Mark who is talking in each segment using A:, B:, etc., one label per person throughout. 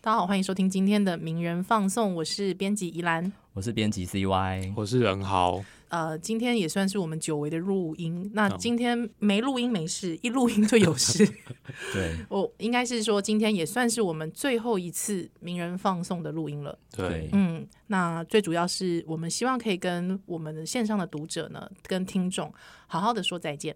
A: 大家好，欢迎收听今天的名人放送，我是编辑宜兰。
B: 我是编辑 CY，
C: 我是任豪，
A: 呃，今天也算是我们久违的录音。那今天没录音没事，一录音就有 事。
B: 对
A: 我应该是说，今天也算是我们最后一次名人放送的录音了。
C: 对，
A: 嗯，那最主要是我们希望可以跟我们的线上的读者呢，跟听众好好的说再见。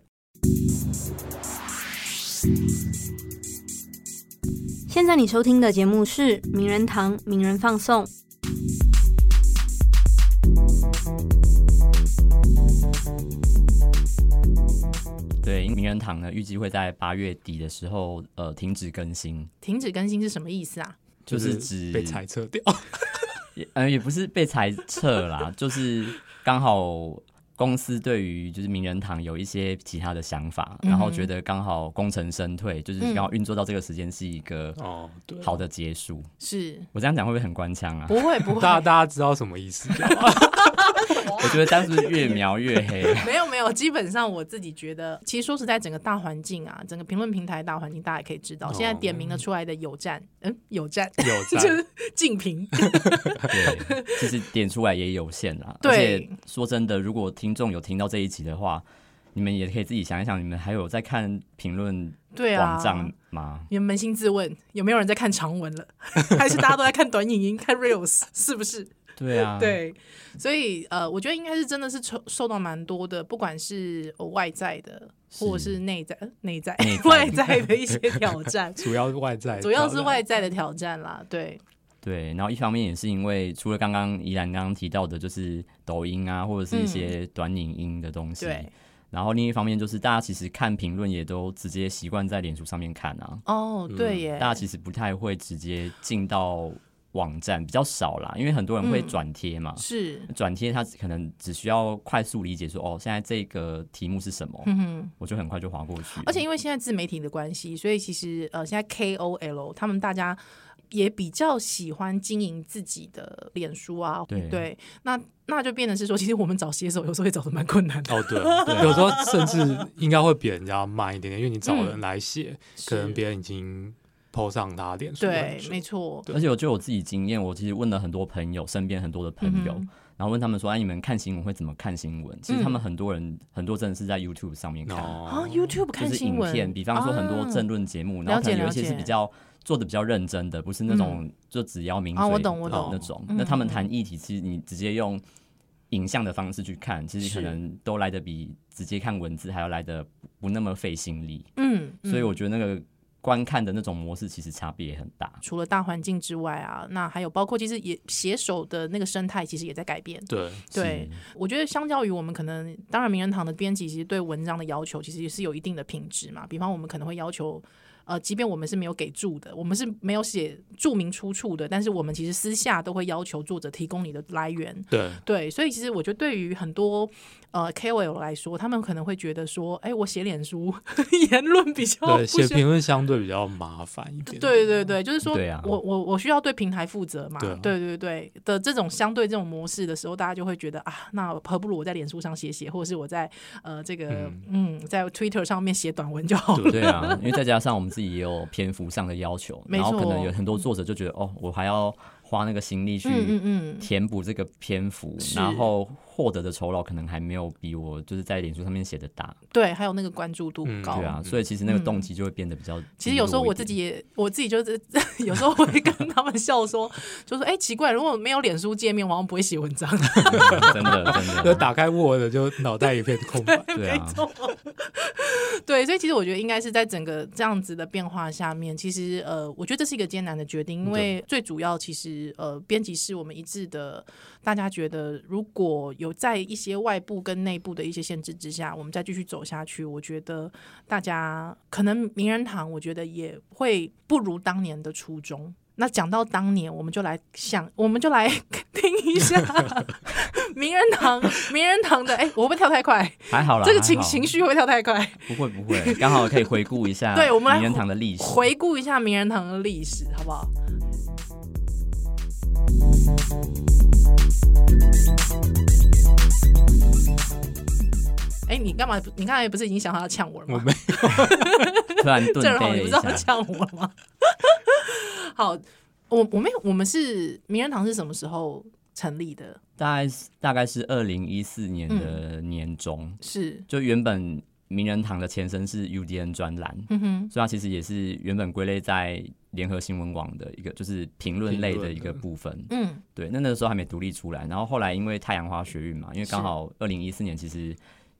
D: 现在你收听的节目是《名人堂》名人放送。
B: 对，名人堂呢预计会在八月底的时候呃停止更新，
A: 停止更新是什么意思啊？
B: 就是指
C: 被裁撤掉。
B: 也呃也不是被裁撤啦， 就是刚好公司对于就是名人堂有一些其他的想法，然后觉得刚好功成身退，就是刚好运作到这个时间是一个
C: 哦，对，
B: 好的结束。
A: 是
B: 我这样讲会不会很官腔啊？
A: 不会不
C: 大家
A: 会，
C: 大家知道什么 意思？
B: 我觉得当时越描越黑。
A: 没有没有，基本上我自己觉得，其实说实在，整个大环境啊，整个评论平台大环境，大家也可以知
B: 哦
A: 道，现在点名的出来的有站，嗯，有站
C: 有
A: 就
C: 在，
A: 是竞 评，
B: 对，其实点出来也有限啦。
A: 对
B: 而且说真的，如果听众有听到这一集的话，你们也可以自己想一想，你们还有在看评论
A: 对啊
B: 网，站吗？
A: 你们扪心自问，有没有人在看长 文了？还是大家都在看短影音、看 reels？是不是？
B: 对啊，，
A: 对，所以呃，我觉得应该是真的是受受到蛮多的，不管是呃外在的，或者
B: 是
A: 是内在、呃内在
B: 内在
A: 外在的一些挑战
C: 主要是外在，
A: 主要是外在的挑战啦。对，
B: 对。然后一方面也是因为，除了刚刚依兰刚刚提到的，就是抖音啊，或者是一些短影音的东
A: 嗯
B: 西。
A: 对。
B: 然后另一方面就是，大家其实看评论也都直接习惯在脸书上面看啊，
A: 哦，对耶，
B: 大家其实不太会直接进到网站，比较少啦，因为很多
A: 嗯
B: 人会转贴嘛。
A: 是，
B: 转贴它可能只需要快速理解说，哦，现在这个题目是什么，
A: 嗯哼。
B: 我就很快就划过去。
A: 而且因为现在自媒体的关系，所以其实呃，现在 KOL 他们大家也比较喜欢经营自己的脸书啊，
B: 对
A: 那那就变成是说，其实我们找写 手有时候也找的蛮困难的，
C: 哦， 对，有时候甚至应该会比人家慢一点点，因为你找人来写，可能
A: 是
C: 别人已经 PO 上他脸书很
A: 对
C: 久，，
A: 没错，
B: 而且我就我自己经验，我其实问了很多朋友，身边很多的朋友，
A: 嗯
B: 然后问他们说，哎、你们看新闻会怎么看新闻？其实他们很多人，很多真的是在 YouTube 上面看，
A: 啊
C: 哦，
A: ，YouTube
B: 就
A: 看
B: 是
A: 新
B: 影
A: 闻，
B: 片，比方说很多
A: 啊
B: 政论节目，
A: 了解
B: 然后可能有一些
A: 了解
B: 是比较做的比较认真的，不是那种就只要名嘴
A: 啊我懂我
B: 的
C: 懂
B: 那种。
A: 嗯
B: 那他们谈议题，其实你直接用影像的方式去看，其实
A: 是
B: 可能都来的比直接看文字还要来的不那么费心力。
A: 嗯，嗯
B: 所以我觉得那个观看的那种模式其实差别也很大。
A: 除了大环境之外啊，那还有包括其实也携手的那个生态其实也在改变。
C: 对，
A: 对，我觉得相较于我们可能，当然名人堂的编辑其实对文章的要求其实也是有一定的品质嘛。比方我们可能会要求，呃，即便我们是没有给注的，我们是没有写注明出处的，但是我们其实私下都会要求作者提供你的来源。
C: 对，
A: 对，所以其实我觉得对于很多呃 KOL 来说，他们可能会觉得说，哎，我写脸书 言论比较
C: 对，
A: 不
C: 写
A: 需要
C: 评论相对比较麻烦一点，
A: 对对对，就是说
B: 对啊
A: 我我我需要对平台负责嘛，
C: 对啊
A: 对对对的这种相对这种模式的时候，大家就会觉得啊，那何不如我在脸书上写写，或者是我在呃这个嗯在 Twitter 上面写短文就好了。
B: 对啊，因为再加上我们自己也有篇幅上的要求，
A: 没
B: 然
A: 错
B: 后可能有很多作者就觉得，哦，我还要花那个心力去
A: 嗯嗯嗯，
B: 填补这个篇幅，
A: 是
B: 然后获得的酬劳可能还没有比我就是在脸书上面写的大，
A: 对，还有那个关注度
C: 嗯
A: 高。
B: 对啊，所以其实那个动机就会变得比较低落一
A: 哦
B: 点。
A: 嗯其实有时候我自己也，我自己就是 有时候会跟他们笑说，就说哎、奇怪，如果没有脸书界面，我好像不会写文章。
B: 真的真
C: 就
B: 的
C: 打开 Word 就脑袋一片空 白，
B: 对啊，
A: 对，所以其实我觉得应该是在整个这样子的变化下面，其实呃，我觉得这是一个艰难的决定，因为最主要其实呃，编辑是我们一致的，大家觉得如果有在一些外部跟内部的一些限制之下，我们再继续走下去，我觉得大家可能名人堂，我觉得也会不如当年的初衷。那讲到当年，我们就来想，我们就来 听一下 名人堂，名人堂的，哎、我会不会跳太快？
B: 还好啦。
A: 这个
B: 还
A: 情
B: 好
A: 情绪会不会跳太快？
B: 不会不会，刚好可以回顾一下
A: 对我们来
B: 名人堂的历史。
A: 回顾一下名人堂的历史，好不好？哎，你干嘛？你刚才不是已经想好要呛我了
C: 我
A: 吗？
C: 没
B: 突然
A: 正
B: 顿
A: 好
B: 杯
A: 你
B: 了
A: 不是
B: 一
A: 要
B: 下，
A: 呛我了吗？好，我我没有，我们是名人堂是什么时候成立的？
B: 大概是大概是二零一四年的
A: 嗯
B: 年中，
A: 是，
B: 就原本名人堂的前身是 UDN 专栏，
A: 嗯哼，
B: 所以它其实也是原本归类在联合新闻网的一个就是评论类的一个部分。
A: 嗯
B: 对，那那个时候还没独立出来，然后后来因为太阳花学运嘛，因为刚好二零一四年其实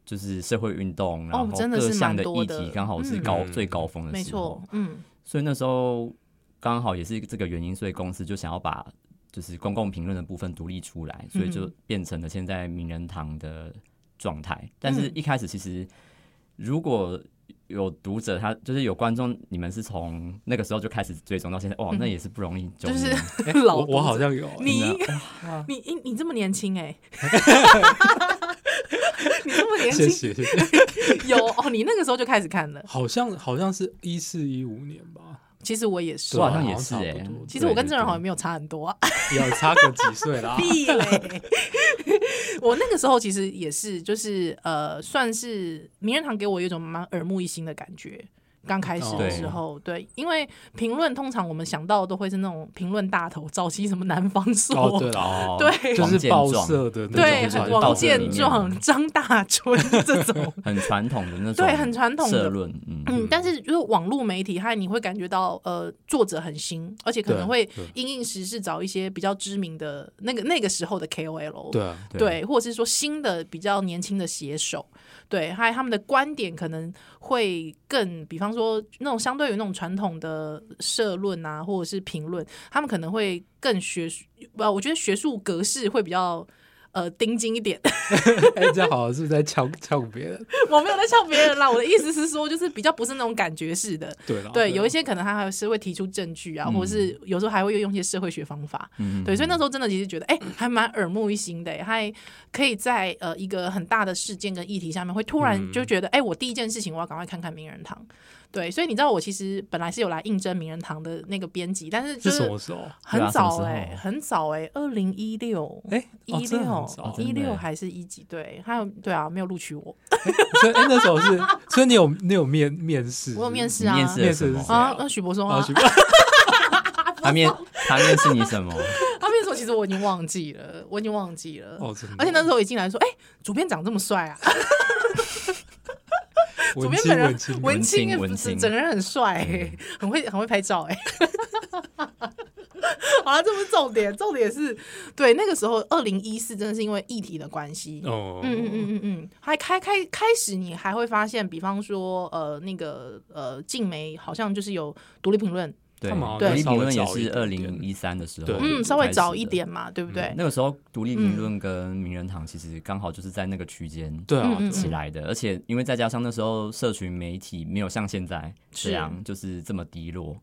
B: 就是社会运动，然后
A: 哦真的
B: 各
A: 是
B: 项
A: 蛮多
B: 议
A: 的
B: 题刚好是高、
C: 嗯
B: 最高峰的
A: 没
B: 时候
A: 错，，嗯
B: 所以那时候刚好也是这个原因，所以公司就想要把就是公共评论的部分独立出来，所以
A: 嗯
B: 就变成了现在名人堂的状态。但
A: 嗯
B: 是一开始其实如果有读者他就是有观众，你们是从那个时候就开始追踪到现在，哇，那也是不容易。
A: 嗯就是
B: 九年
C: 哎
A: 老
C: 我我好像有
A: 你
B: 真
C: 哦
A: 你你你这么年轻 哎、你这么年
C: 啊谢
A: 轻，
C: 谢谢谢，
A: 有哦，你那个时候就开始看了。
C: 好像好像是一四一五年吧，
A: 其实我也是
C: 对，啊
B: 好像也是
C: 好像
B: 哎、
C: 差不多
A: 其实我跟郑仁豪也
B: 对
A: 没有差很多啊，
C: 有差个几岁 啦。
A: 屁嘞！ 我那个时候其实也是，就是呃，算是名人堂给我有一种蛮耳目一新的感觉。刚开始的时
C: 哦
A: 候，对，因为评论通常我们想到的都会是那种评论大头，早期什么南方 朔、
C: 哦，对
B: 对
C: 了，
B: 哦
A: 对
C: 就是
B: 王
C: 报
B: 健壮
C: 社的那
A: 对，
C: 种传
A: 很
B: 王
A: 王
C: 报
B: 到这
C: 社
B: 里
C: 里
A: 建
B: 面
C: 面
A: 壮、张大春这种，
B: 很传统的那种，
A: 对很传统的
B: 社论，嗯，
A: 嗯，但是就是网络媒体，它你会感觉到呃，作者很新，而且可能
C: 对
A: 会
C: 对
A: 因应时事找一些比较知名的那个那个时候的 KOL，
C: 对啊，
A: 对，或者是说新的比较年轻的写手，对，还有他们的观点可能会更，比方说那种相对于那种传统的社论啊，或者是评论，他们可能会更学术，呃，我觉得学术格式会比较。呃，盯紧一点，
C: 哎，这样好像是不是在呛呛别人？
A: 我没有在笑别人啦。我的意思是说，就是比较不是那种感觉式的，
C: 对了，
A: 对，有一
C: 些
A: 些可能他还是会提出证据啊，
B: 哦嗯
A: 或者是有时候还会用一些社会学方法，
B: 嗯
A: 对，所以那时候真的其实觉得，哎、还蛮耳目一新的、还可以在呃一个很大的事件跟议题下面，会突然
C: 嗯
A: 就觉得，哎、我第一件事情我要赶快看看名人堂，对，所以你知道我其实本来是有来应征名人堂的那个编辑，但是就是
C: 什
A: 是
C: 么时候？
A: 很
B: 对啊什么
A: 早
B: 时
A: 哎、
B: 候
A: 很早哎、二零一六。
C: 哎，哦
A: 一
C: 真的
A: 六
C: 很早
B: 真
A: 一
B: 的耶
A: 六还是一几？对，还有对啊，没有录取我，
C: 所以哎，那时候是，所以你有你有面面试？
A: 我有面
C: 试
A: 试啊，
B: 面试
C: 面
B: 了
C: 试
B: 什
C: 是
B: 么
C: 谁？
A: 啊，那许博松啊
C: 哦，，去
B: 他面他面试你什么？
A: 他面试我，其实我已经忘记了，我已经忘记了。
C: 哦，真的
A: 而且那时候一进来说，哎、主编长这么帅啊！主
C: 文
A: 编
C: 青
A: 本人
C: 文青嗯
A: 文青，
B: 文青
A: 整个人很帅、哎很会很会拍照、哎， 好了，这不是重点，重点是对那个时候二零一四真的是因为议题的关系。
C: 哦，
A: 嗯嗯嗯嗯嗯，还开开开始，你还会发现，比方说，呃，那个呃，静梅好像就是有独立评论，
B: 对
C: 干嘛，啊
B: 独
A: 对
B: 立评论也
C: 稍微
B: 是
C: 早
B: 二
C: 一点
B: 零一三的时候，
C: 对
A: 嗯，稍微早一。点嘛，对不对？
B: 那个时候，独立评
A: 嗯
B: 论跟名人堂其实刚好就是在那个区间
C: 对啊
A: 嗯嗯，
B: 起来的，而且因为再加上那时候社群媒体没有像现在
A: 是
B: 这样就是这么低 落，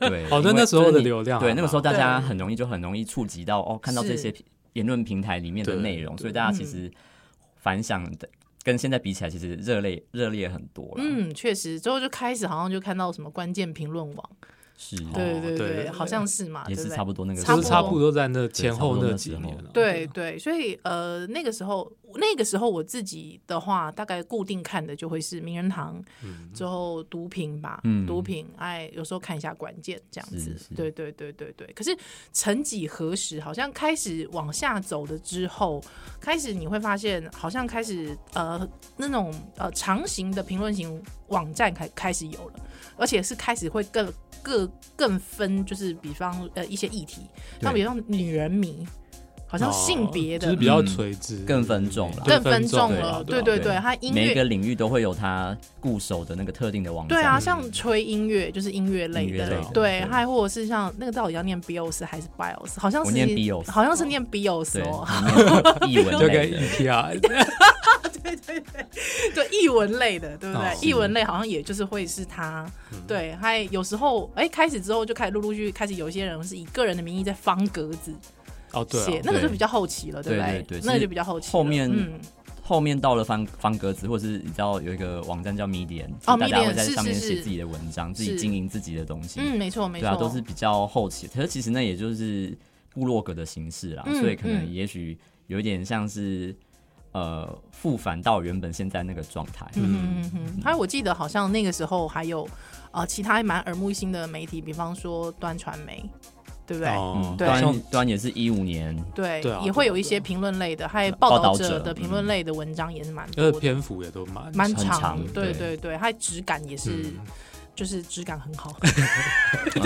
B: 对，
C: 哦
B: 因为
C: 那时候
B: 就
C: 的
B: 是你
C: 流量还啊
B: 对，
C: 蛮
B: 那个时候大家
A: 对
B: 很容易就很容易触及到哦，看到这
A: 是嗯
B: 些言论平台里面的
C: 对
B: 内容，所以大家其实反响的跟现在比起来，其实热烈热烈很多了，
A: 嗯，确实，之后就开始好像就看到什么关键评论网，
B: 是，哦
A: 对对
C: 对
A: 对，
C: 对
A: 好像是嘛，
B: 也
A: 对
B: 是
A: 不对
B: 差不多那个时
A: 差
B: 候，
C: 就是差不多在那前后那几
B: 差不多
C: 年
B: 那时
C: 了嗯
B: 候。
A: 对对，所以呃，那个时候那个时候我自己的话，大概固定看的就会是名人堂，之后毒品吧，
B: 嗯
A: 毒品，哎，有时候看一下关键这样子
B: 是是，
A: 对对对对对。可是曾几何时，好像开始往下走了之后，开始你会发现，好像开始呃那种呃长型的评论型网站开开始有了，而且是开始会更更更分，就是比方呃一些议题，
B: 对
A: 那
B: 哦
A: 比方女人迷。好像
C: 哦
A: 性别的、嗯
C: 就是比较垂直，
B: 更分众了
A: 更分众
C: 对
A: 了，
C: 啊
A: 对
C: 对啊
A: 对
B: 对
A: 对，他音
B: 每一
A: 乐
B: 个领域都会有它固守的那个特定的网站。
A: 对啊，像吹音乐就是音乐类
B: 音乐
A: 的
B: 类
C: 的，
A: 对，
B: 对
A: 还或者是像那个到底要念 bios 还是 bios，好像是
B: 我念 bios
A: 好像是念 bios
B: 对，
A: 哦，
B: 译文
C: 就
B: 类
C: 跟 E
B: 的，
C: EPR
A: 对，译文类的，对不对
C: 哦？
A: 译文类好像也就是会是他，
B: 嗯
A: 对，还有时候哎开始之后就开始陆陆续续开始有一些人是以个人的名义在方格子
C: 哦，对
A: 写
C: 啊，，
A: 那个就
B: 对
A: 比较后期了，不
B: 对
A: 对那
B: 对对？其
A: 个
B: 实
A: 就比较后期了，
B: 后面
A: 嗯，
B: 后面到了方方格子，或者是你知道有一个网站叫 Medium，
A: 哦
B: 就大家
A: Medium，
B: 会在
A: 是
B: 上面
A: 是是
B: 写自己的文章，自己
A: 是
B: 经营自己的东西。
A: 嗯，没错没
B: 对
A: 错，
B: 啊，都是比较后期。可是其实那也就是部落格的形式啦，
A: 嗯
B: 所以可能
A: 嗯
B: 也许有一点像是呃复返到原本现在那个状态。
A: 嗯嗯嗯，还有我记得好像那个时候还有呃其他蛮耳目一新的媒体，比方说端传媒，对不对？
C: 哦，
A: 对
B: 端端也是一五年，
A: 对，
C: 对啊
A: 也会有一些评论类的，还有报
B: 报
A: 道
B: 道者
A: 的评论类的文章也是蛮
C: 而
A: 多
C: 且
A: 的，
C: 篇幅也都蛮
A: 蛮
B: 很
A: 长
B: 长
A: 的，对对
B: 对
A: 对，它质感也是。
C: 嗯
A: 就是质感很好，
B: 嗯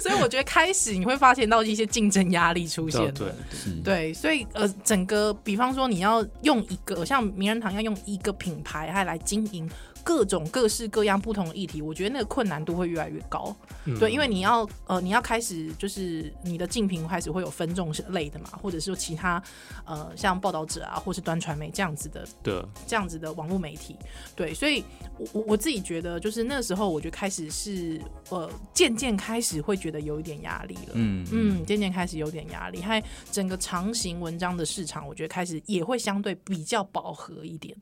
A: 所以我觉得开始你会发现到一些竞争压力出现
C: 对
A: 了。
C: 对，
B: 是，
A: 对，所以呃，整个比方说你要用一个像名人堂要用一个品牌，还来经营各种各式各样不同的议题，我觉得那个困难度会越来越高。
C: 嗯
A: 对，因为你要呃，你要开始就是你的竞评开始会有分众类的嘛，或者是其他呃像报道者啊，或是端传媒这样子的
C: 对
A: 这样子的网络媒体，对，所以我我我自己觉得，就是那时候我就开始是呃，渐渐开始会觉得有一点压力了，
B: 嗯
A: 嗯，渐渐开始有点压力，还整个长型文章的市场，我觉得开始也会相对比较饱和一点，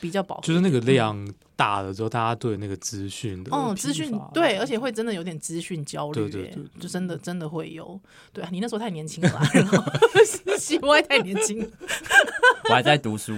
A: 比较饱和一点，
C: 就是那个量大了之后，大家对那个资讯的
A: 哦，资
C: 批
A: 讯
C: 发
A: 对，而且会真的有点资讯焦虑耶，
C: 对对对
A: 就真的真的会有。对啊，你那时候太年轻了啦，然后 西歪太年轻了，
B: 我还在读书，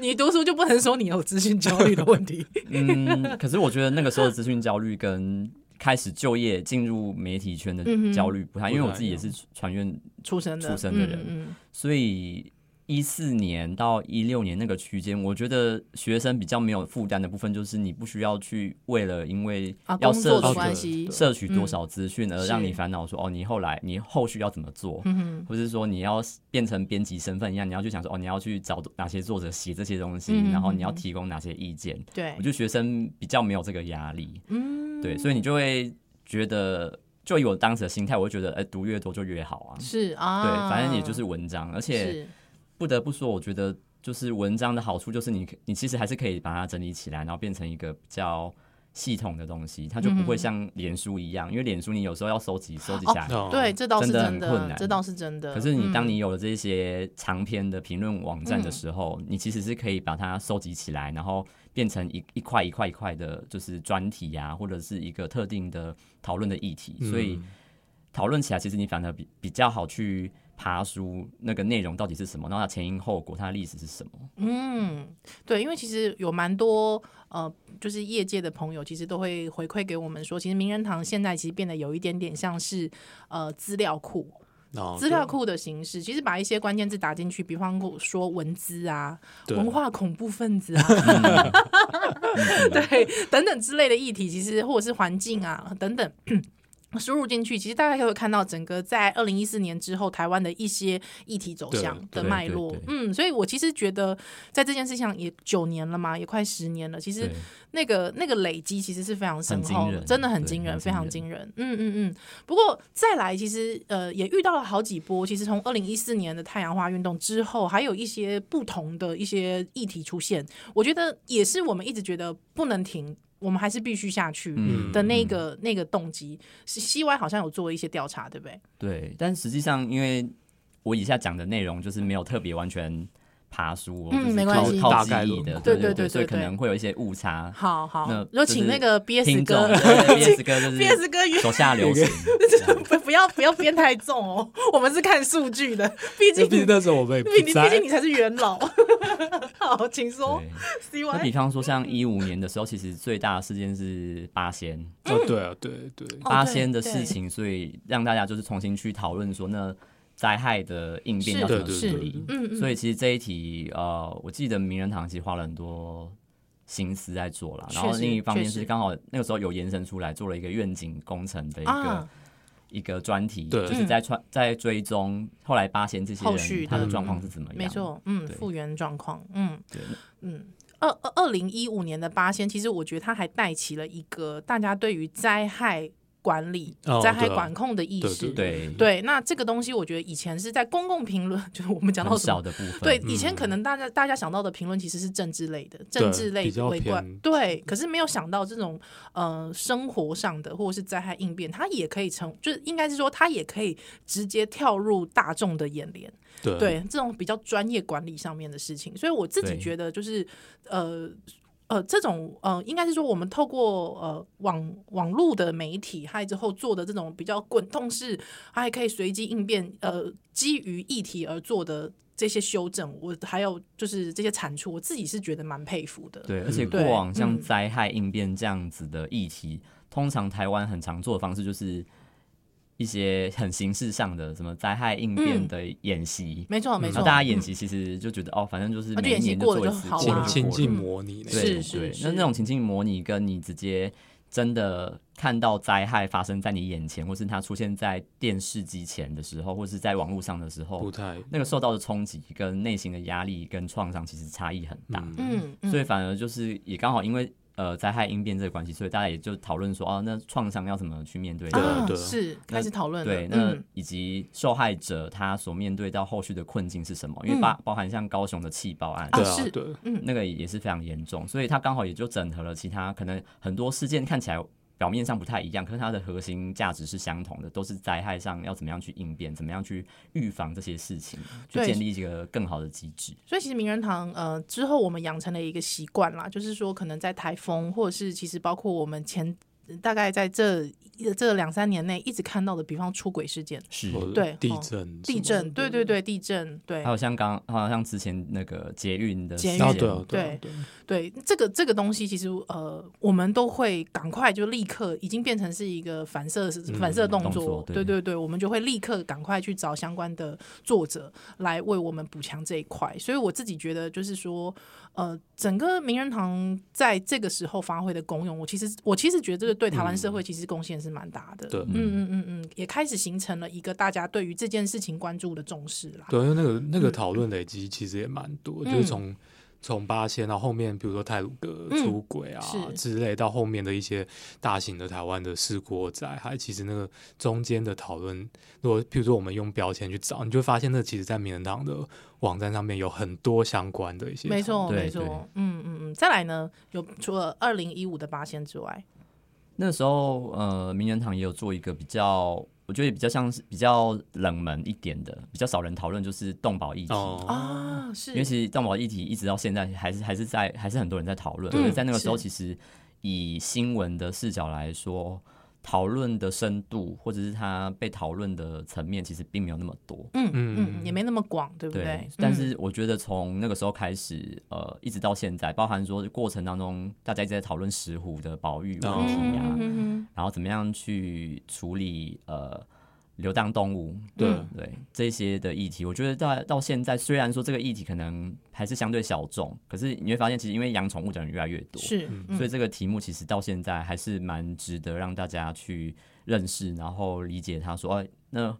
A: 你读书就不能说你有资讯焦虑的问题。
B: 嗯，可是我觉得那个时候的资讯焦虑跟开始就业进入媒体圈的
A: 嗯哼
B: 焦虑不太，因为我自己也
C: 不太
B: 是传院，
A: 出生的
B: 出生的人
A: 嗯嗯
B: 所以。一四年到一六年那个区间，我觉得学生比较没有负担的部分，就是你不需要去为了因为
A: 啊，
B: 要
A: 工作
B: 摄
A: 的
B: 取
A: 关系，
B: 摄取多少资讯，而让
A: 是
B: 你烦恼说哦，你后来你后续要怎么做，
A: 嗯哼，
B: 或是说你要变成编辑身份一样，你要去想说哦，你要去找哪些作者写这些东西，
A: 嗯
B: 然后你
A: 嗯
B: 要
A: 嗯
B: 提供哪些意见。
A: 对
B: 我觉，得学生比较没有这个压力，
A: 嗯，
B: 对，所以你就会觉得，就以我当时的心态，我就觉得，哎、读越多就越好啊。
A: 是啊，
B: 对，反正也就是文章，而且
A: 是
B: 不得不说，我觉得就是文章的好处就是你，你其实还是可以把它整理起来，然后变成一个比较系统的东西，它就不会
A: 嗯
B: 像脸书一样，因为脸书你有时候要收集收集
A: 哦
B: 起来，
C: 哦
A: 对，这倒是
B: 真的
A: 真
B: 很困
A: 的，
B: 难
A: 这倒是真的。
B: 可是你当
A: 嗯
B: 你有了这些长篇的评论网站的时候，你其实是可以把它收集起来，然后变成一一块一块一块的，就是专题呀、或者是一个特定的讨论的议题，所
C: 嗯
B: 以讨论起来，其实你反而比比较好去爬书那个内容到底是什么，然后它前因后果，它的历史是什么。
A: 嗯，对，因为其实有蛮多呃，就是业界的朋友，其实都会回馈给我们说，其实名人堂现在其实变得有一点点像是呃资料库，
C: 哦
A: 资料库的形式，其实把一些关键字打进去，比方说文字啊、
C: 对
A: 文化恐怖分子啊，
B: 嗯
A: 对，等等之类的议题，其实或者是环境啊等等。输入进去，其实大家就会看到整个在二零一四年之后台湾的一些议题走向的
B: 对
A: 脉
B: 对
A: 络
B: 对。
A: 嗯，所以我其实觉得在这件事上也九年了嘛，也快十年了。其实
B: 对，
A: 那个那个累积其实是非常深
B: 很
A: 厚
B: 惊
A: 的，
B: 人
A: 真的很
B: 对
A: 惊人，
B: 很
A: 非常惊
B: 惊
A: 人。嗯嗯嗯。不过再来，其实呃也遇到了好几波。其实从二零一四年的太阳花运动之后，还有一些不同的一些议题出现，我觉得也是我们一直觉得不能停，我们还是必须下去。
B: 嗯
A: 的那个、那个动机，是西 Y 好像有做一些调查，对不对？
B: 对，但实际上，因为我以下讲的内容就是没有特别完全爬书、哦，
A: 嗯
B: 就是
A: 没关
B: 靠
A: 系
B: 靠
C: 大
B: 记
C: 概
B: 忆
C: 论
B: 的，
A: 对
B: 对
A: 对对
B: 所以
A: 对
B: 可
A: 对
B: 能会有一些误差。
A: 好好
B: 那，
A: 就
B: 就是
A: 请那个憋死
B: 听众
A: 哥，
B: ，BS 哥就是
A: 憋死哥原
B: 手下留情，
A: 不不要不要编太重哦，我们是看数据的，毕
C: 因为
A: 竟
C: 毕竟那时候我们也不
A: 毕毕
C: 在
A: 竟，你才是元 老。好，请说 C
B: 对那
A: Y
B: 比方说，像一五年的时候，其实最大的事件是八仙，
C: 哦
A: 嗯
C: 对啊对对，
A: 哦
B: 八仙的
A: 对
B: 事情，所以让大家就是重新去讨论说，那灾害的应变要
A: 是
B: 怎么
A: 是
B: 处理。
A: 嗯嗯
B: 所以其实这一题，呃，我记得名人堂其实花了很多心思在做啦。
A: 确实
B: 然后另一方面
A: 确实
B: 是刚好那个时候有延伸出来，做了一个愿景工程的一个、
A: 啊
B: 一个专题，
C: 对
B: 就是在穿在追踪后来八仙这些
A: 后续
B: 人
A: 的
B: 他的状况是怎么样。
A: 没，错，嗯，
B: 对
A: 复原状况，嗯
B: 对
A: 嗯。二二二零一五年的八仙，其实我觉得它还带起了一个大家对于灾害管理、
C: 哦
A: 灾害
C: 对啊
A: 管控的意
C: 对
A: 识。
B: 对，
A: 对那这个东西，我觉得以前是在公共评论， 就是我们讲到
B: 很
A: 什么
B: 少的部分。
A: 对，以前
C: 嗯
A: 可能大家、大家想到的评论其实是政治类的，政治类
C: 比较
A: 为冠
C: 偏嗯
A: 对，可是没有想到这种呃生活上的或者是灾害应变，它也可以成，就是应该是说它也可以直接跳入大众的眼帘，
C: 对
A: 对这种比较专业管理上面的事情，所以我自己
B: 对
A: 觉得就是呃。呃，这种呃，应该是说我们透过呃网网络的媒体，还有之后做的这种比较滚动式，还可以随机应变，呃，基于议题而做的这些修正，我还有就是这些产出，我自己是觉得蛮佩服的。
B: 对，而且
A: 对
B: 过往像
A: 嗯
B: 灾害应变这样子的议题，通常台湾很常做的方式就是一些很形式上的什么灾害应变的演习，
A: 没错没
B: 然
A: 错，
B: 后大家演
A: 嗯
B: 习其实就觉得、哦，反正就是
A: 啊就
B: 每一
A: 演习
B: 年
A: 过
B: 就
A: 了
B: 做一
A: 就
B: 次
A: 好，
B: 过
A: 啊
B: 了就
C: 情情
B: 过了
C: 境模拟那
B: 对
A: 是
C: 种，
B: 对
A: 是
B: 那那种情境模拟，跟你直接真的看到灾害发生在你眼前，或是它出现在电视机前的时候，或是在网络上的时
C: 不
B: 候，
C: 太
B: 那个受到的冲击跟内心的压力跟创伤其实差异很大。
C: 嗯
A: 嗯，嗯
B: 所以反而就是也刚好因为呃灾害应变这个关系，所以大家也就讨论说，哦，那创伤要怎么去面对它？
C: 对啊
A: 啊
C: 对啊
A: 是开始讨论了
B: 对，那
A: 嗯
B: 以及受害者他所面对到后续的困境是什么？因为包包含像高雄的气爆案，
A: 嗯啊
C: 对啊
A: 是
C: 对，
B: 那个也是非常严重，所以它刚好也就整合了其他可能很多事件看起来表面上不太一样，可是它的核心价值是相同的，都是灾害上要怎么样去应变，怎么样去预防这些事情，去
A: 对
B: 建立一个更好的机制。
A: 所以其实名人堂呃之后我们养成了一个习惯啦，就是说可能在台风或者是其实包括我们前大概在这呃这两三年内一直看到的，比方出轨事件、
B: 是
C: 或者
A: 对
C: 地
A: 哦
C: 震什
A: 地
C: 么
A: 震，
C: 的
A: 对对对，地震，对
B: 还有像刚，还有像之前那个捷运的
A: 捷运哦
B: 事
C: 啊
B: 件
C: 对啊对啊
A: 对
C: 对啊，
A: 对，这个这个东西其实呃我们都会赶快就立刻已经变成是一个反射反射动
B: 动
A: 作，
B: 作
A: 对
B: 对
A: 对对，我们就会立刻赶快去找相关的作者来为我们补强这一块。所以我自己觉得就是说，呃，整个名人堂在这个时候发挥的功用，我其实我其实觉得这个对台湾社会其实贡献是蛮大的。
C: 对
A: 嗯嗯嗯嗯，也开始形成了一个大家对于这件事情关注的重视啦。
C: 对，因为那个那个讨论累积其实也蛮多，就是从从八仙到后面，比如说泰鲁格
A: 嗯
C: 出轨啊、
A: 是
C: 之类，到后面的一些大型的台湾的事故或灾害，其实那个中间的讨论，如果譬如说我们用标签去找，你就会发现那其实在名人堂的网站上面有很多相关的一些讨论，
A: 没错，
B: 对
A: 没错
B: 对，
A: 嗯嗯嗯，再来呢，有除了二零一五的八仙之外，
B: 那时候呃，名人堂也有做一个比较，我觉得比较像是比较冷门一点的，比较少人讨论，就是动保议题。
C: 哦，
A: 啊，是，
B: 因为其实动保议题一直到现在还是还是在还是很多人在讨论，
A: 嗯
B: 可是在那个时候，
A: 是
B: 其实以新闻的视角来说，讨论的深度或者是它被讨论的层面，其实并没有那么多。
A: 嗯嗯
C: 嗯
A: 也没那么广，对不对？嗯
B: 但是我觉得从那个时候开始，呃，一直到现在，包含说过程当中，大家一直在讨论石虎的保育
C: 哦
B: 问题
A: 嗯
B: 啊，
A: 嗯嗯
B: 然后怎么样去处理呃流浪动物，
C: 对，
A: 嗯
B: 对这些的议题，我觉得到到现在，虽然说这个议题可能还是相对小众，可是你会发现，其实因为养宠物的人越来越多，
A: 是，嗯
B: 所以这个题目其实到现在还是蛮值得让大家去认识，然后理解它说，哎，那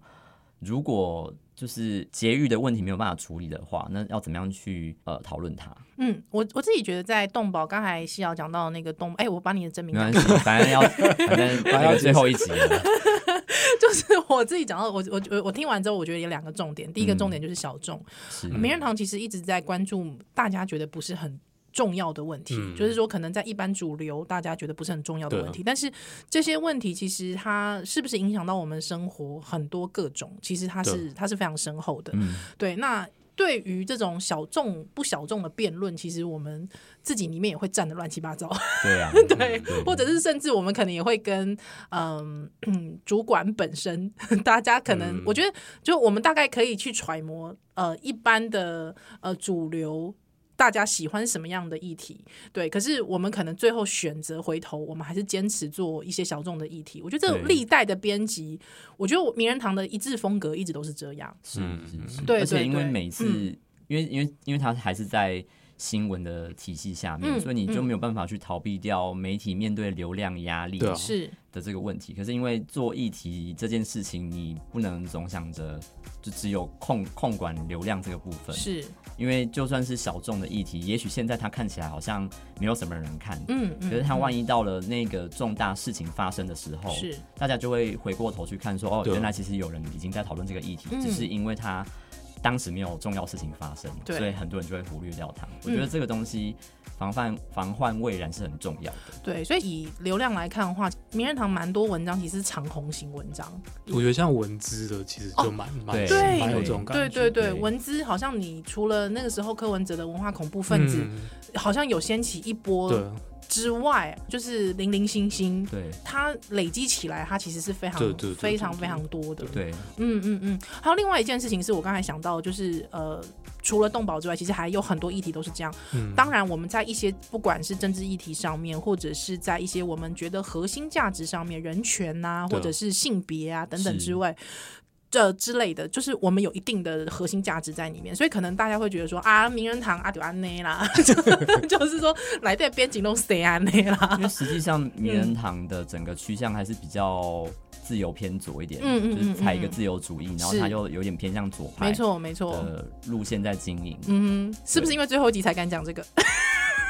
B: 如果就是节育的问题没有办法处理的话，那要怎么样去呃讨论它？
A: 嗯，我我自己觉得在动保，刚才西瑶讲到那个动，哎，我把你的真名
B: 没
A: 讲
B: 关系，反正要 反正那个最后一集了，
A: 就是我自己讲到，我我我我听完之后，我觉得有两个重点，第
B: 嗯
A: 一个重点就是小众，
B: 是
A: 名人堂其实一直在关注大家觉得不是很。重要的问题，
C: 嗯
A: 就是说，可能在一般主流大家觉得不是很重要的问题，但是这些问题其实它是不是影响到我们生活很多各种，其实它是它是非常深厚的。
B: 嗯
A: 对，那对于这种小众不小众的辩论，其实我们自己里面也会站的乱七八糟。
B: 对啊，
A: 对，或者是甚至我们可能也会跟嗯嗯主管本身， 大家可能、
C: 嗯
A: 我觉得就我们大概可以去揣摩呃一般的呃主流。大家喜欢什么样的议题？对，可是我们可能最后选择回头，我们还是坚持做一些小众的议题。我觉得这
B: 对
A: 历代的编辑，我觉得我名人堂的一致风格一直都是这样。
B: 是是是，
A: 对
B: 而且
A: 对
B: 因
A: 对
B: 为
A: 嗯
B: 每次，因为因为因为它还是在新闻的体系下面，
A: 嗯
B: 所以你就没有办法去逃避掉媒体面对流量压力
C: 对啊
A: 是，
B: 的这个问题。可是因为做议题这件事情，你不能总想着就只有控控管流量这个部分，
A: 是，
B: 因为就算是小众的议题，也许现在它看起来好像没有什么人看。
A: 嗯嗯，
B: 可是它万一到了那个重大事情发生的时候，
A: 是
B: 大家就会回过头去看说，哦，
C: 对
B: 原来其实有人已经在讨论这个议题，
A: 嗯
B: 只是因为他当时没有重要事情发生，
A: 对嗯
B: 所以很多人就会忽略掉它。我觉得这个东西防范防患未然是很重要的。
A: 对，所以以流量来看的话，名人堂蛮多文章其实是长红型文章。
C: 我觉得像文字的其实就蛮蛮
B: 对
C: 蛮有这种感
A: 哦对
C: 觉，
A: 对对，
B: 对
A: 文字好像你除了那个时候柯文哲的文化恐怖分子，
C: 嗯
A: 好像有掀起一波
C: 对
A: 之外，就是零零星星，
B: 对
A: 它累积起来，它其实是非常
C: 对对对对
A: 非常
C: 对
A: 非常多的。
B: 对，
A: 嗯嗯嗯。还有另外一件事情是我刚才想到，就是呃。除了动保之外，其实还有很多议题都是这样。
C: 嗯，
A: 当然，我们在一些不管是政治议题上面，或者是在一些我们觉得核心价值上面，人权呐、
C: 对
A: 或者是性别啊等等
B: 是
A: 之外。这之类的，就是我们有一定的核心价值在里面，所以可能大家会觉得说啊，名人堂啊，就安内啦， 就是说来对边境都谁安内啦
C: 嗯
B: 因，为实 际上名
A: 嗯
B: 人堂的整个趋向还是比较自由偏左一点，
A: 嗯嗯嗯
B: 就是采一个自由主义，然后
A: 是
B: 它又有点偏向左派
A: 没错没错，
B: 的路线在经营。
A: 嗯哼，是不是因为最后一集才敢讲这个？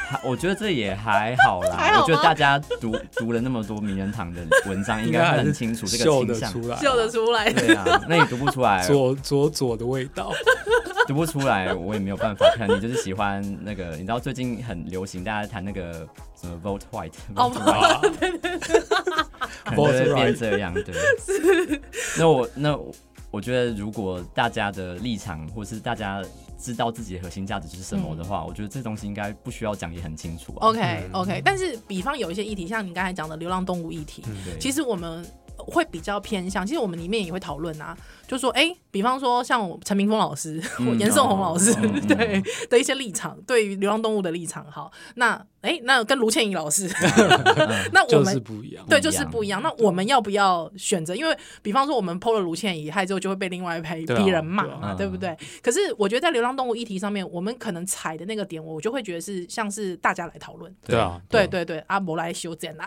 B: 还我觉得这也还好啦，
A: 还好吗
B: 我觉得大家读读了那么多名人堂的文 章，应该会很清楚这个
C: 秀
B: 倾
C: 得
B: 向。
C: 出来，
A: 啊秀得出来，
B: 对啊，那你读不出来，
C: 左左左的味 道，
B: 读不出来，我也没有办法看。你就是喜欢那个，你知道最近很流行，大家谈那个什么 vote white，
A: 哦
B: vote
C: 啊
B: 可能就
C: vote
B: 会变
C: right
B: 这样，对。 那我那我我觉得，如果大家的立场或是大家知道自己的核心价值是什么的话，我觉得这东西应该不需要讲，也很清楚啊。
A: 嗯 OK OK，但是比方有一些议题，像你刚才讲的流浪动物议题，
B: 对，
A: 其实我们会比较偏向，其实我们里面也会讨论啊，就说哎、诶比方说像我陈明峰老师、
B: 嗯
A: 我严颂红老师、
B: 哦嗯嗯
A: 对的一些立场，对于流浪动物的立场，好，那哎、诶那跟卢倩怡老 师，那我
C: 就
A: 们。
C: 是不一样。
A: 对，
B: 一
A: 就是
B: 样
A: 不一样。那我们要不要选择？因为比方说我们 PO 了卢倩怡，害之后就会被另外一批
C: 对啊
A: 批人骂
C: 对啊
A: 嘛，
B: 嗯
A: 对不对？可是我觉得在流浪动物议题上面，我们可能踩的那个点，我就会觉得是像是大家来讨论。
C: 对啊，
A: 对对对，阿伯来修剪 啦。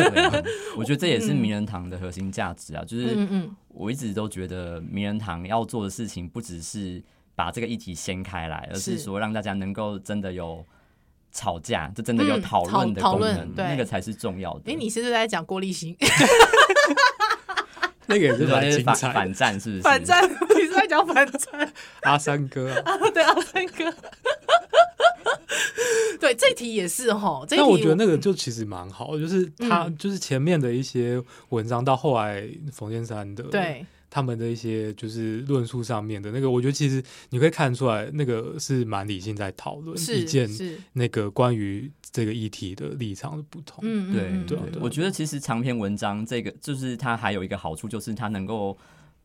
B: 对 啊我觉得这也是名人堂的核心价值啊，就是
A: 嗯嗯，
B: 我一直都觉得名人堂要做的事情不只是把这个议题掀开来，而是
A: 是
B: 说让大家能够真的有吵架，这真的有
A: 嗯
B: 讨论的
A: 讨讨
B: 功
A: 论
B: 能，
A: 对
B: 那个才是重要的。
A: 哎，你是不是在讲郭立新？
C: 那个也
B: 就是是
C: 蛮精
B: 反
C: 彩
B: 反
C: 的。
B: 战是不是？
A: 反战，你是在讲反战？
C: 阿三哥啊，
A: 对啊，三哥。 对，这题也是哈，这题
C: 但我觉得那个就其实蛮好，就是他
A: 嗯
C: 就是前面的一些文章，到后来冯先生的
A: 对
C: 他们的一些就是论述上面的那个，我觉得其实你可以看出来，那个是蛮理性在讨论意
A: 是
C: 见，
A: 是，
C: 那个关于这个议题的立场的不同。
A: 嗯，嗯
B: 对
A: 嗯
C: 对啊
B: 我觉得其实长篇文章这个，就是它还有一个好处，就是它能够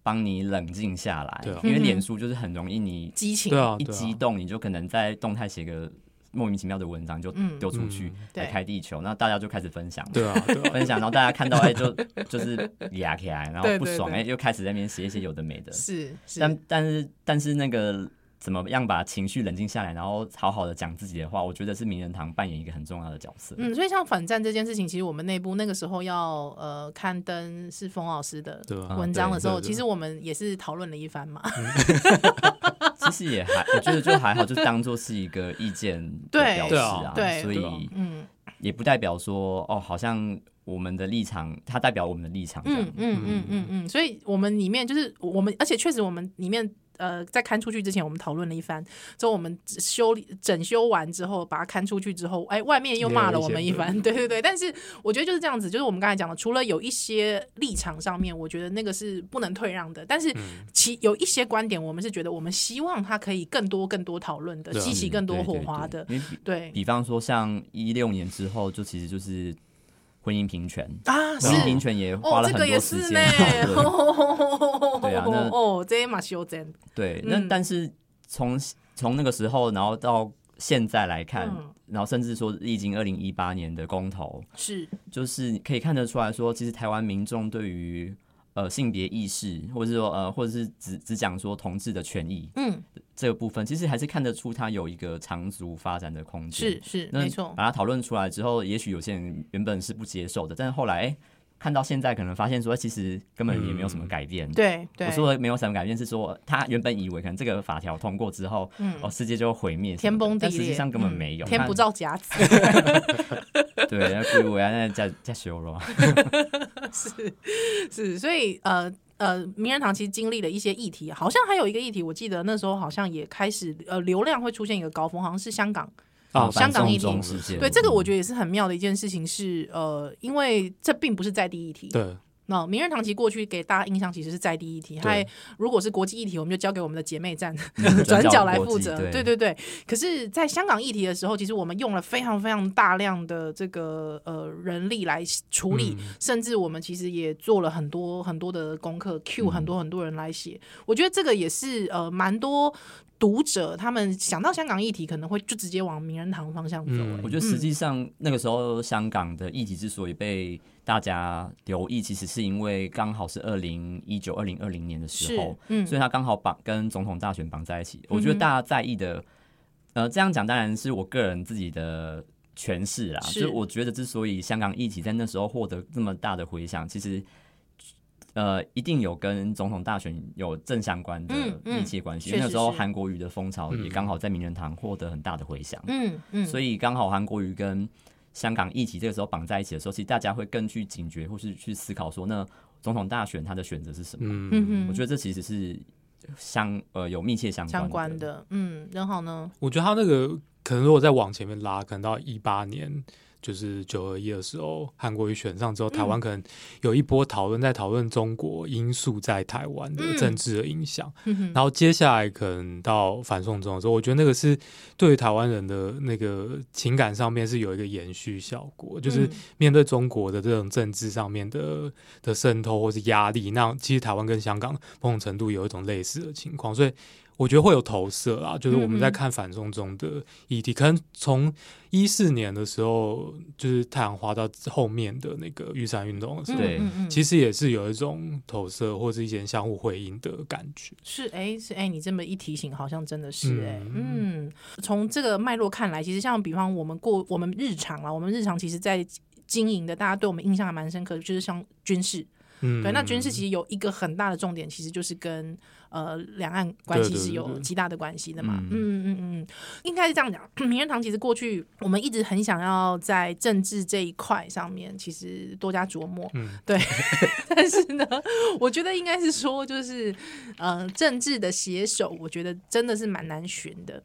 B: 帮你冷静下来。
C: 对啊
B: 因为
A: 嗯哼
B: 脸书就是很容易你
A: 激情
C: 对啊，
B: 一
C: 对
B: 激
C: 啊，
B: 动，你就可能在动态写个莫名其妙的文章就
A: 嗯
B: 丢出去
C: 嗯，
A: 对
B: 来开地球，那大家就开始分享。
C: 对啊，对啊，
B: 分享，然后大家看到哎、就就是压起来，然后
A: 对
B: 不
A: 对
B: 爽
A: 对
B: 哎、又开始在那边写一些有的没的。
A: 是是，
B: 但但是但是那个怎么样把情绪冷静下来，然后好好的讲自己的话，我觉得是名人堂扮演一个很重要的角色。
A: 嗯，所以像反战这件事情，其实我们内部那个时候要呃刊登是冯老师的
C: 对啊
A: 文章的时
C: 啊
A: 候，
C: 对对对
A: 其实我们也是讨论了一番嘛。
B: 其实也还，我觉得就还好，就当做是一个意见的
A: 对
B: 表示
C: 对
B: 啊
C: 啊，
A: 对
B: 所
C: 对啊
B: 以
A: 嗯
B: 也不代表说哦，好像我们的立场，它代表我们的立场这样。
A: 嗯嗯嗯嗯嗯，所以我们里面就是我们，而且确实我们里面。呃，在刊出去之前，我们讨论了一番，之后我们修理整修完之后，把它刊出去之后，哎，外面又骂了我们一番， 对对对。但是我觉得就是这样子，就是我们刚才讲的，除了有一些立场上面，我觉得那个是不能退让的，但是
B: 嗯
A: 其有一些观点，我们是觉得我们希望它可以更多更多讨论的，
C: 对啊
A: 激起更多火花的，
B: 嗯对对对因为
A: 对
B: 比比方说像一六年之后，就其实就是婚姻平权，
A: 啊，是
B: 婚姻平权也花
A: 哦，
B: 了
A: 这
B: 很
A: 个也
B: 多时
A: 是
B: 间
A: 呢对
B: 讨，论。对啊那
A: 哦，这也嘛修正，
B: 对，那
A: 嗯
B: 但是从从那个时候，然后到现在来看，
A: 嗯
B: 然后甚至说历经二零一八年的公投，
A: 是
B: 就是可以看得出来说，其实台湾民众对于呃性别意识，或者是说呃，或者是只只讲说同志的权益
A: 嗯，
B: 这个部分，其实还是看得出它有一个长足发展的空间。
A: 是是，
B: 那
A: 没错，
B: 把它讨论出来之后，也许有些人原本是不接受的，但是后来、哎看到现在，可能发现说，哎其实根本也没有什么改变。
A: 对对
B: 我，说的没有什么改变，是说他原本以为可能这个法条通过之后，哦，世界就会毁灭什么
A: 嗯
B: 的，
A: 天崩地
B: 但实
A: 裂，
B: 际上根本
A: 嗯
B: 没有，
A: 天
B: 它
A: 不造夹子，
B: 对，那鬼我要那加加修罗，
A: 是，所以呃。呃，名人堂其实经历了一些议题，好像还有一个议题，我记得那时候好像也开始呃流量会出现一个高峰，好像是香港。
C: 啊，
A: 哦香港
B: 一
A: 议题
B: 事件，
A: 对，这个我觉得也是很妙的一件事情是，呃，因为这并不是在地议题，
C: 对
A: 那名人堂其实过去给大家印象其实是在地议题，还如果是国际议题，我们就交给我们的姐妹 站转角来负责
B: 国。际
A: 对
B: 对
A: 对对。可是，在香港议题的时候，其实我们用了非常非常大量的这个呃人力来处理，
C: 嗯
A: 甚至我们其实也做了很多很多的功
B: 嗯
A: 课，Q 很多很多人来写。我觉得这个也是呃蛮多。读者他们想到香港议题，可能会就直接往名人堂方向走、
C: 嗯
A: 欸
B: 我觉得实际上那个时候香港的议题之所以被大家留意，其实是因为刚好是二零一九、二零二零年的时
A: 是
B: 候，，
A: 嗯
B: 所以它刚好绑跟总统大选绑在一起。我觉
A: 嗯哼
B: 得大家在意的，呃，这样讲当然是我个人自己的诠释啦。
A: 是
B: 就是我觉得之所以香港议题在那时候获得这么大的回响，其实。呃，一定有跟总统大选有正相关的
A: 嗯嗯
B: 密切关系。
A: 确
B: 因为那
A: 实
B: 时候
A: 是
B: 韩国瑜的风潮也
C: 嗯
B: 刚好在名人堂获得很大的回响。
A: 嗯嗯，
B: 所以刚好韩国瑜跟香港议题这个时候绑在一起的时候，其实大家会更去警觉，或是去思考说，那总统大选他的选择是什么？
A: 嗯
C: 嗯，
A: 哼，
B: 我觉得这其实是相呃有密切相
A: 相
B: 关
A: 关的，嗯，然后呢，
C: 我觉得他那个可能如果再往前面拉，可能到一八年。就是九二一的时候，韩国瑜选上之后，台湾可能有一波讨论，在讨论中国因素在台湾的
A: 嗯
C: 政治的影响。
A: 哼哼
C: 然后接下来可能到反送中的时候，我觉得那个是对于台湾人的那个情感上面是有一个延续效果，就是
A: 嗯
C: 面对中国的这种政治上面的的渗透或是压力，那其实台湾跟香港某种程度有一种类似的情况，所以我觉得会有投射啊，就是我们在
A: 嗯哼
C: 看反送中的议题，可能从一四年的时候，就是太阳花到后面的那个雨伞运动的时候。
B: 对
A: 嗯嗯嗯
C: 其实也是有一种投射或是一些相互回应的感觉。
A: 是哎是哎，你这么一提醒，好像真的是哎，
C: 嗯
A: 嗯，从这个脉络看来，其实像比方我们过我们日常啦，我们日常其实在。经营的，大家对我们印象还蛮深刻的，就是像军事，
C: 嗯，
A: 对，那军事其实有一个很大的重点，其实就是跟呃两岸关系
C: 对对
A: 是
C: 对
A: 有
C: 对
A: 极大的关系的嘛，嗯
B: 嗯
A: 嗯嗯嗯，应该是这样讲。名人堂其实过去我们一直很想要在政治这一块上面，其实多加琢磨，
C: 嗯
A: 对， 但是呢， 我觉得应该是说，就是呃，政治的写手，我觉得真的是蛮难寻的。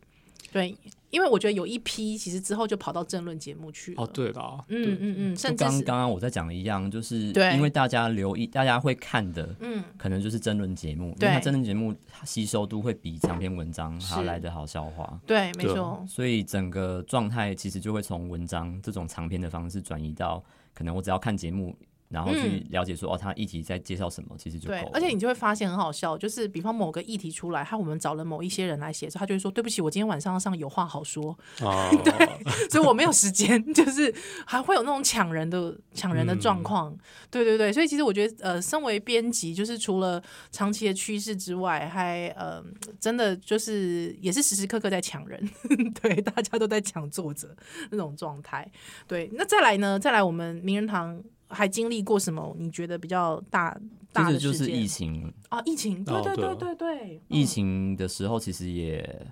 A: 对，因为我觉得有一批其实之后就跑到政论节目去了。
C: 哦，，对啦，
A: 嗯嗯嗯，
B: 就
A: 甚至
B: 刚
A: 是
B: 刚刚我在讲的一样，就是
A: 对
B: 因为大家留意，大家会看的
A: 嗯，
B: 可能就是争论节目，因
A: 对
B: 为它争论节目它吸收度会比长篇文章还要
A: 是
B: 来的好消化，
A: 对，没
C: 对啊
A: 错，
B: 所以整个状态其实就会从文章这种长篇的方式转移到可能我只要看节目，然后去了解说、哦，他议题在介绍什么，其实就
A: 嗯
B: 够
A: 对
B: 了。。
A: 而且你就会发现很好笑，就是比方某个议题出来，他我们找了某一些人来写的时候，他就会说：“对不起，我今天晚上要上有话好说，
C: 哦，
A: 所以我没有时间。”就是还会有那种抢人的抢人的
B: 嗯
A: 状况。对对对，所以其实我觉得，呃，身为编辑，就是除了长期的趋势之外，还呃，真的就是也是时时刻刻在抢人， 对，大家都在抢作者那种状态。对，那再来呢？再来，我们名人堂还经历过什么？你觉得比较大
B: 这
A: 大
B: 个
A: 的
B: 就
A: 事
B: 是
A: 件
B: 疫？情，
A: 啊，疫情，对
C: 哦
A: 对
C: 对
A: 对
C: 哦
A: 对对，
B: 疫
A: 嗯
B: 情的时候其实也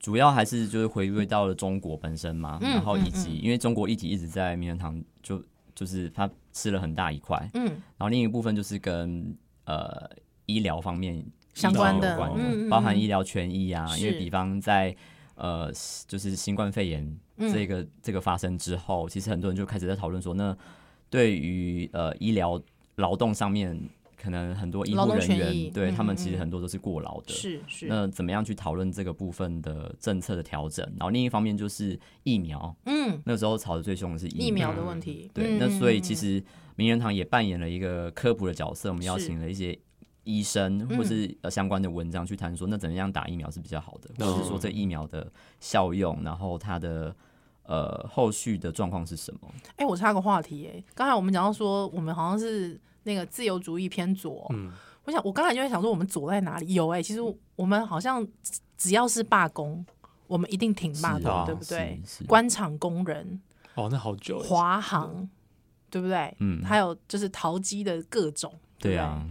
B: 主要还是就是回归到了中国本身嘛，
A: 嗯
B: 然后以及
A: 嗯
B: 因为中国议题一直在名人堂就就是它吃了很大一块，
A: 嗯
B: 然后另一部分就是跟呃医疗方面
A: 相
C: 关的
B: 有关的，
A: 嗯嗯嗯
B: 包含医疗权益啊，因为
A: 是
B: 比方在呃就是新冠肺炎
A: 嗯
B: 这个、这个发生之后，其实很多人就开始在讨论说，那对于呃医疗劳动上面，可能很多医
A: 劳
B: 护
A: 动
B: 人
A: 权益
B: 员对
A: 嗯
B: 他
A: 嗯
B: 们其实
A: 嗯
B: 很多都是过劳的，
A: 是是，
B: 那怎么样去讨论这个部分的政策的调整？然后另一方面就是疫苗，
A: 嗯，
B: 那时候吵得最凶的是疫
A: 疫苗的
C: 苗
A: 问题，嗯
B: 对，那所以
A: 嗯嗯
B: 其。
A: 嗯
B: 实名人堂也扮演了一个科普的角色，我们邀
A: 是
B: 请了一些医生
A: 嗯
B: 或是呃相关的文章去谈说，那怎么样打疫苗是比较好的，或者是说
C: 哦
B: 这疫苗的效用，然后它的呃后续的状况是什么？
A: 哎，我插个话题，哎，刚才我们讲到说，我们好像是那个自由主义偏左，
C: 嗯，
A: 我想我刚才就在想说，我们左在哪里？有哎，其实我们好像只只要是罢工，我们一定挺罢
B: 是啊
A: 工，对不对？？
B: 是是
A: 官场工人、
C: 哦，那好久，
A: 华航，对不对？
B: 嗯，
A: 还有就是淘机的各种，
B: 对
A: 不
B: 啊，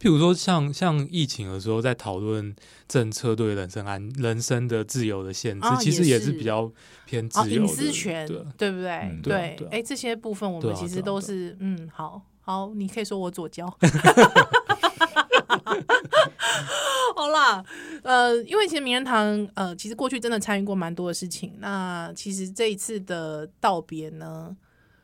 C: 譬如说像像疫情的时候，在讨论政策对人生安人生的自由的限制，
A: 啊
C: 其实
A: 也
C: 也
A: 是
C: 是比较偏自
A: 啊，隐
C: 由的，
A: 私权，
C: 对，
A: 对不对？
B: 嗯
C: 对啊对
A: 对
C: 啊，
A: 哎，这些部分我
C: 对
A: 们
C: 啊
A: 其
C: 对
A: 实
C: 啊
A: 都
C: 对啊
A: 是，嗯，好好，你可以说我左交。 好啦，呃，因为其实名人堂，呃，其实过去真的参与过蛮多的事情。那其实这一次的道别呢，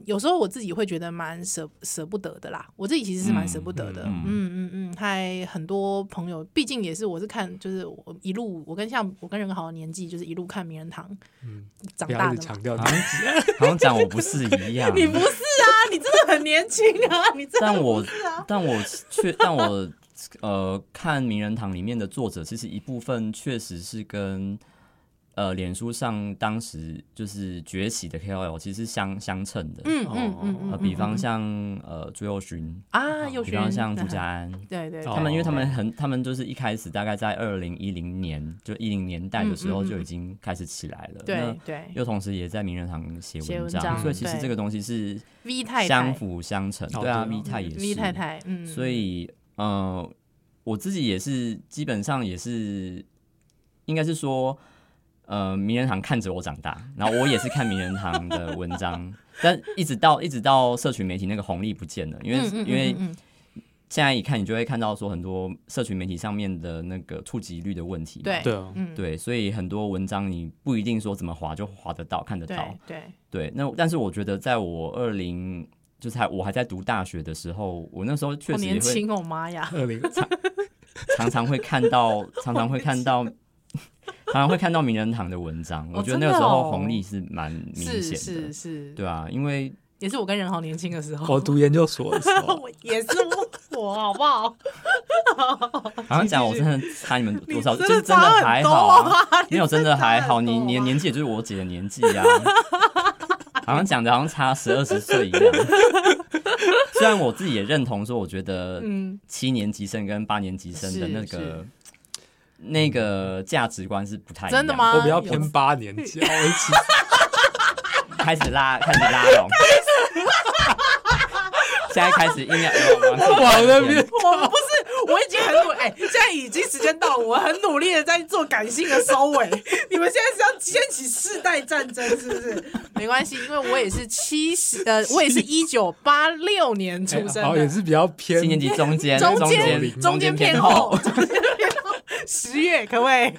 A: 有时候我自己会觉得蛮舍舍不得的啦，我自己其实是蛮舍不得的，嗯
B: 嗯嗯
A: 嗯嗯，还很多朋友，毕竟也是我是看，就是我一路我跟像我跟任豪的年纪，就是一路看名人堂
C: 嗯，
A: 长
C: 不要
A: 大
C: 一直
A: 的嘛。，
C: 强调
B: 好
C: 你
B: 像好像讲我不是一样
A: 你不是啊，你真的很年轻啊，你 真的
B: 但
A: 不
B: 我
A: 是啊，
B: 但我确但我呃看名人堂里面的作者，其实一部分确实是跟呃脸书上当时就是崛起的 KOL 其实是相相称的。
A: 嗯嗯嗯嗯
B: 呃，
A: 嗯，
B: 比方
A: 嗯
B: 像呃朱佑勋，
A: 啊，又
B: 比
A: 轩
B: 方像朱家，安，
A: 对对对，
C: 哦
B: 他们因为他们很，他们就是一开始大概在二零一零年，就一零年代的时
A: 嗯
B: 候
A: 嗯嗯
B: 就已经开始起来了。
A: 对
B: 那
A: 对
B: 又同时也在名人堂写
A: 写文
B: 章，
A: 章
B: 所以其实
A: 对
B: 这个东西是
A: ，V 太太
B: 相辅相成。
C: 哦
B: 对啊
C: 对
B: ，V 太也是。
A: V 太太，嗯，
B: 所以呃，我自己也是基本上也是，应该是说，呃，名人堂看着我长大，然后我也是看名人堂的文章， 但一直到一直到社群媒体那个红利不见了，因为、
A: 嗯嗯嗯
B: 因为
A: 嗯嗯
B: 现在一看你就会看到说很多社群媒体上面的那个触及率的问题嘛，
A: 对
C: 对啊，
A: 嗯
B: 对，所以很多文章你不一定说怎么划就划得到、看得到
A: 对，对，
B: 对，那但是我觉得在我二零。就是还我还在读大学的时候，我那时候确
A: 好
B: 实也
A: 年
B: 会
A: 轻哦，妈呀，
C: 二零
B: 常常会看 到，常常会看到， 常常会看到名人堂的文
A: 哦
B: 章。我觉得那个时候红利是蛮明
A: 是
B: 显的，
A: 是是，
B: 对啊，因为
A: 也是我跟任豪年轻的时候，
C: 我读研究所的时 候，
A: 哦我也是我，我好不好？
B: 好像讲我真的差你们 多少，
A: 你真
B: 就
A: 的
B: 是真
A: 差很
B: 的还好
A: 多
B: 啊，没有真的还好，
A: 你
B: 你
A: 真的差很多啊
B: 你的年纪也就是我姐的年纪啊， 好像讲的好像差十二十岁一样。 虽然我自己也认同说，我觉得
A: 嗯，
B: 七年级生跟八年级生的
A: 是
B: 那
A: 是
B: 个那个价值观是不太一样
A: 真的吗？
C: 我比较偏八年 级，然后我一起
B: 开始拉，开始拉 拢。现在开始哦硬要往
C: 往那边。
A: 我们不是，我已经很努哎、现在已经时间到了，我很努力的在做感性的收尾。你们现在是要掀起世代战争，是不是？ 没关系，因为我也是七十，呃，我也是一九八六年出生
C: 哎好像
A: 的，
C: 也是比较偏
B: 七年级中间，
A: 中
B: 间
A: 间，中间偏后，中间偏后，十月可不可以？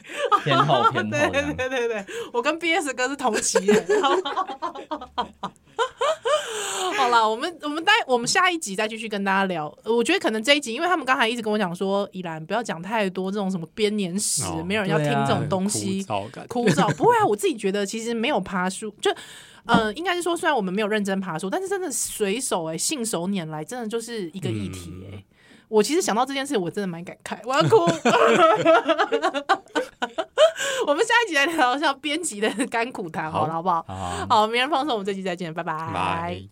B: 偏后，偏后
A: 对
B: 这
A: 对
B: 样。
A: 对对对，我跟 BS 哥是同期的。 好啦，我们我们待我们下一集再继续跟大家聊。呃我觉得可能这一集，因为他们刚才一直跟我讲说，依兰不要讲太多这种什么编年史，
C: 哦
A: 没有人要听
B: 对啊
A: 这种东西。
C: 很枯燥感
A: 枯燥。不会啊，我自己觉得其实没有爬树，就呃，应该是说虽然我们没有认真爬树，但是真的随手哎、信手拈来，真的就是一个议题哎、
C: 嗯
A: 我其实想到这件事，我真的蛮感慨，我要哭。 我们下一集来聊一下编辑的 甘苦谈，好了，
C: 好
A: 好不好？
B: 好啊，
A: 好，明人放送，我们这集再见，拜拜。
C: 拜。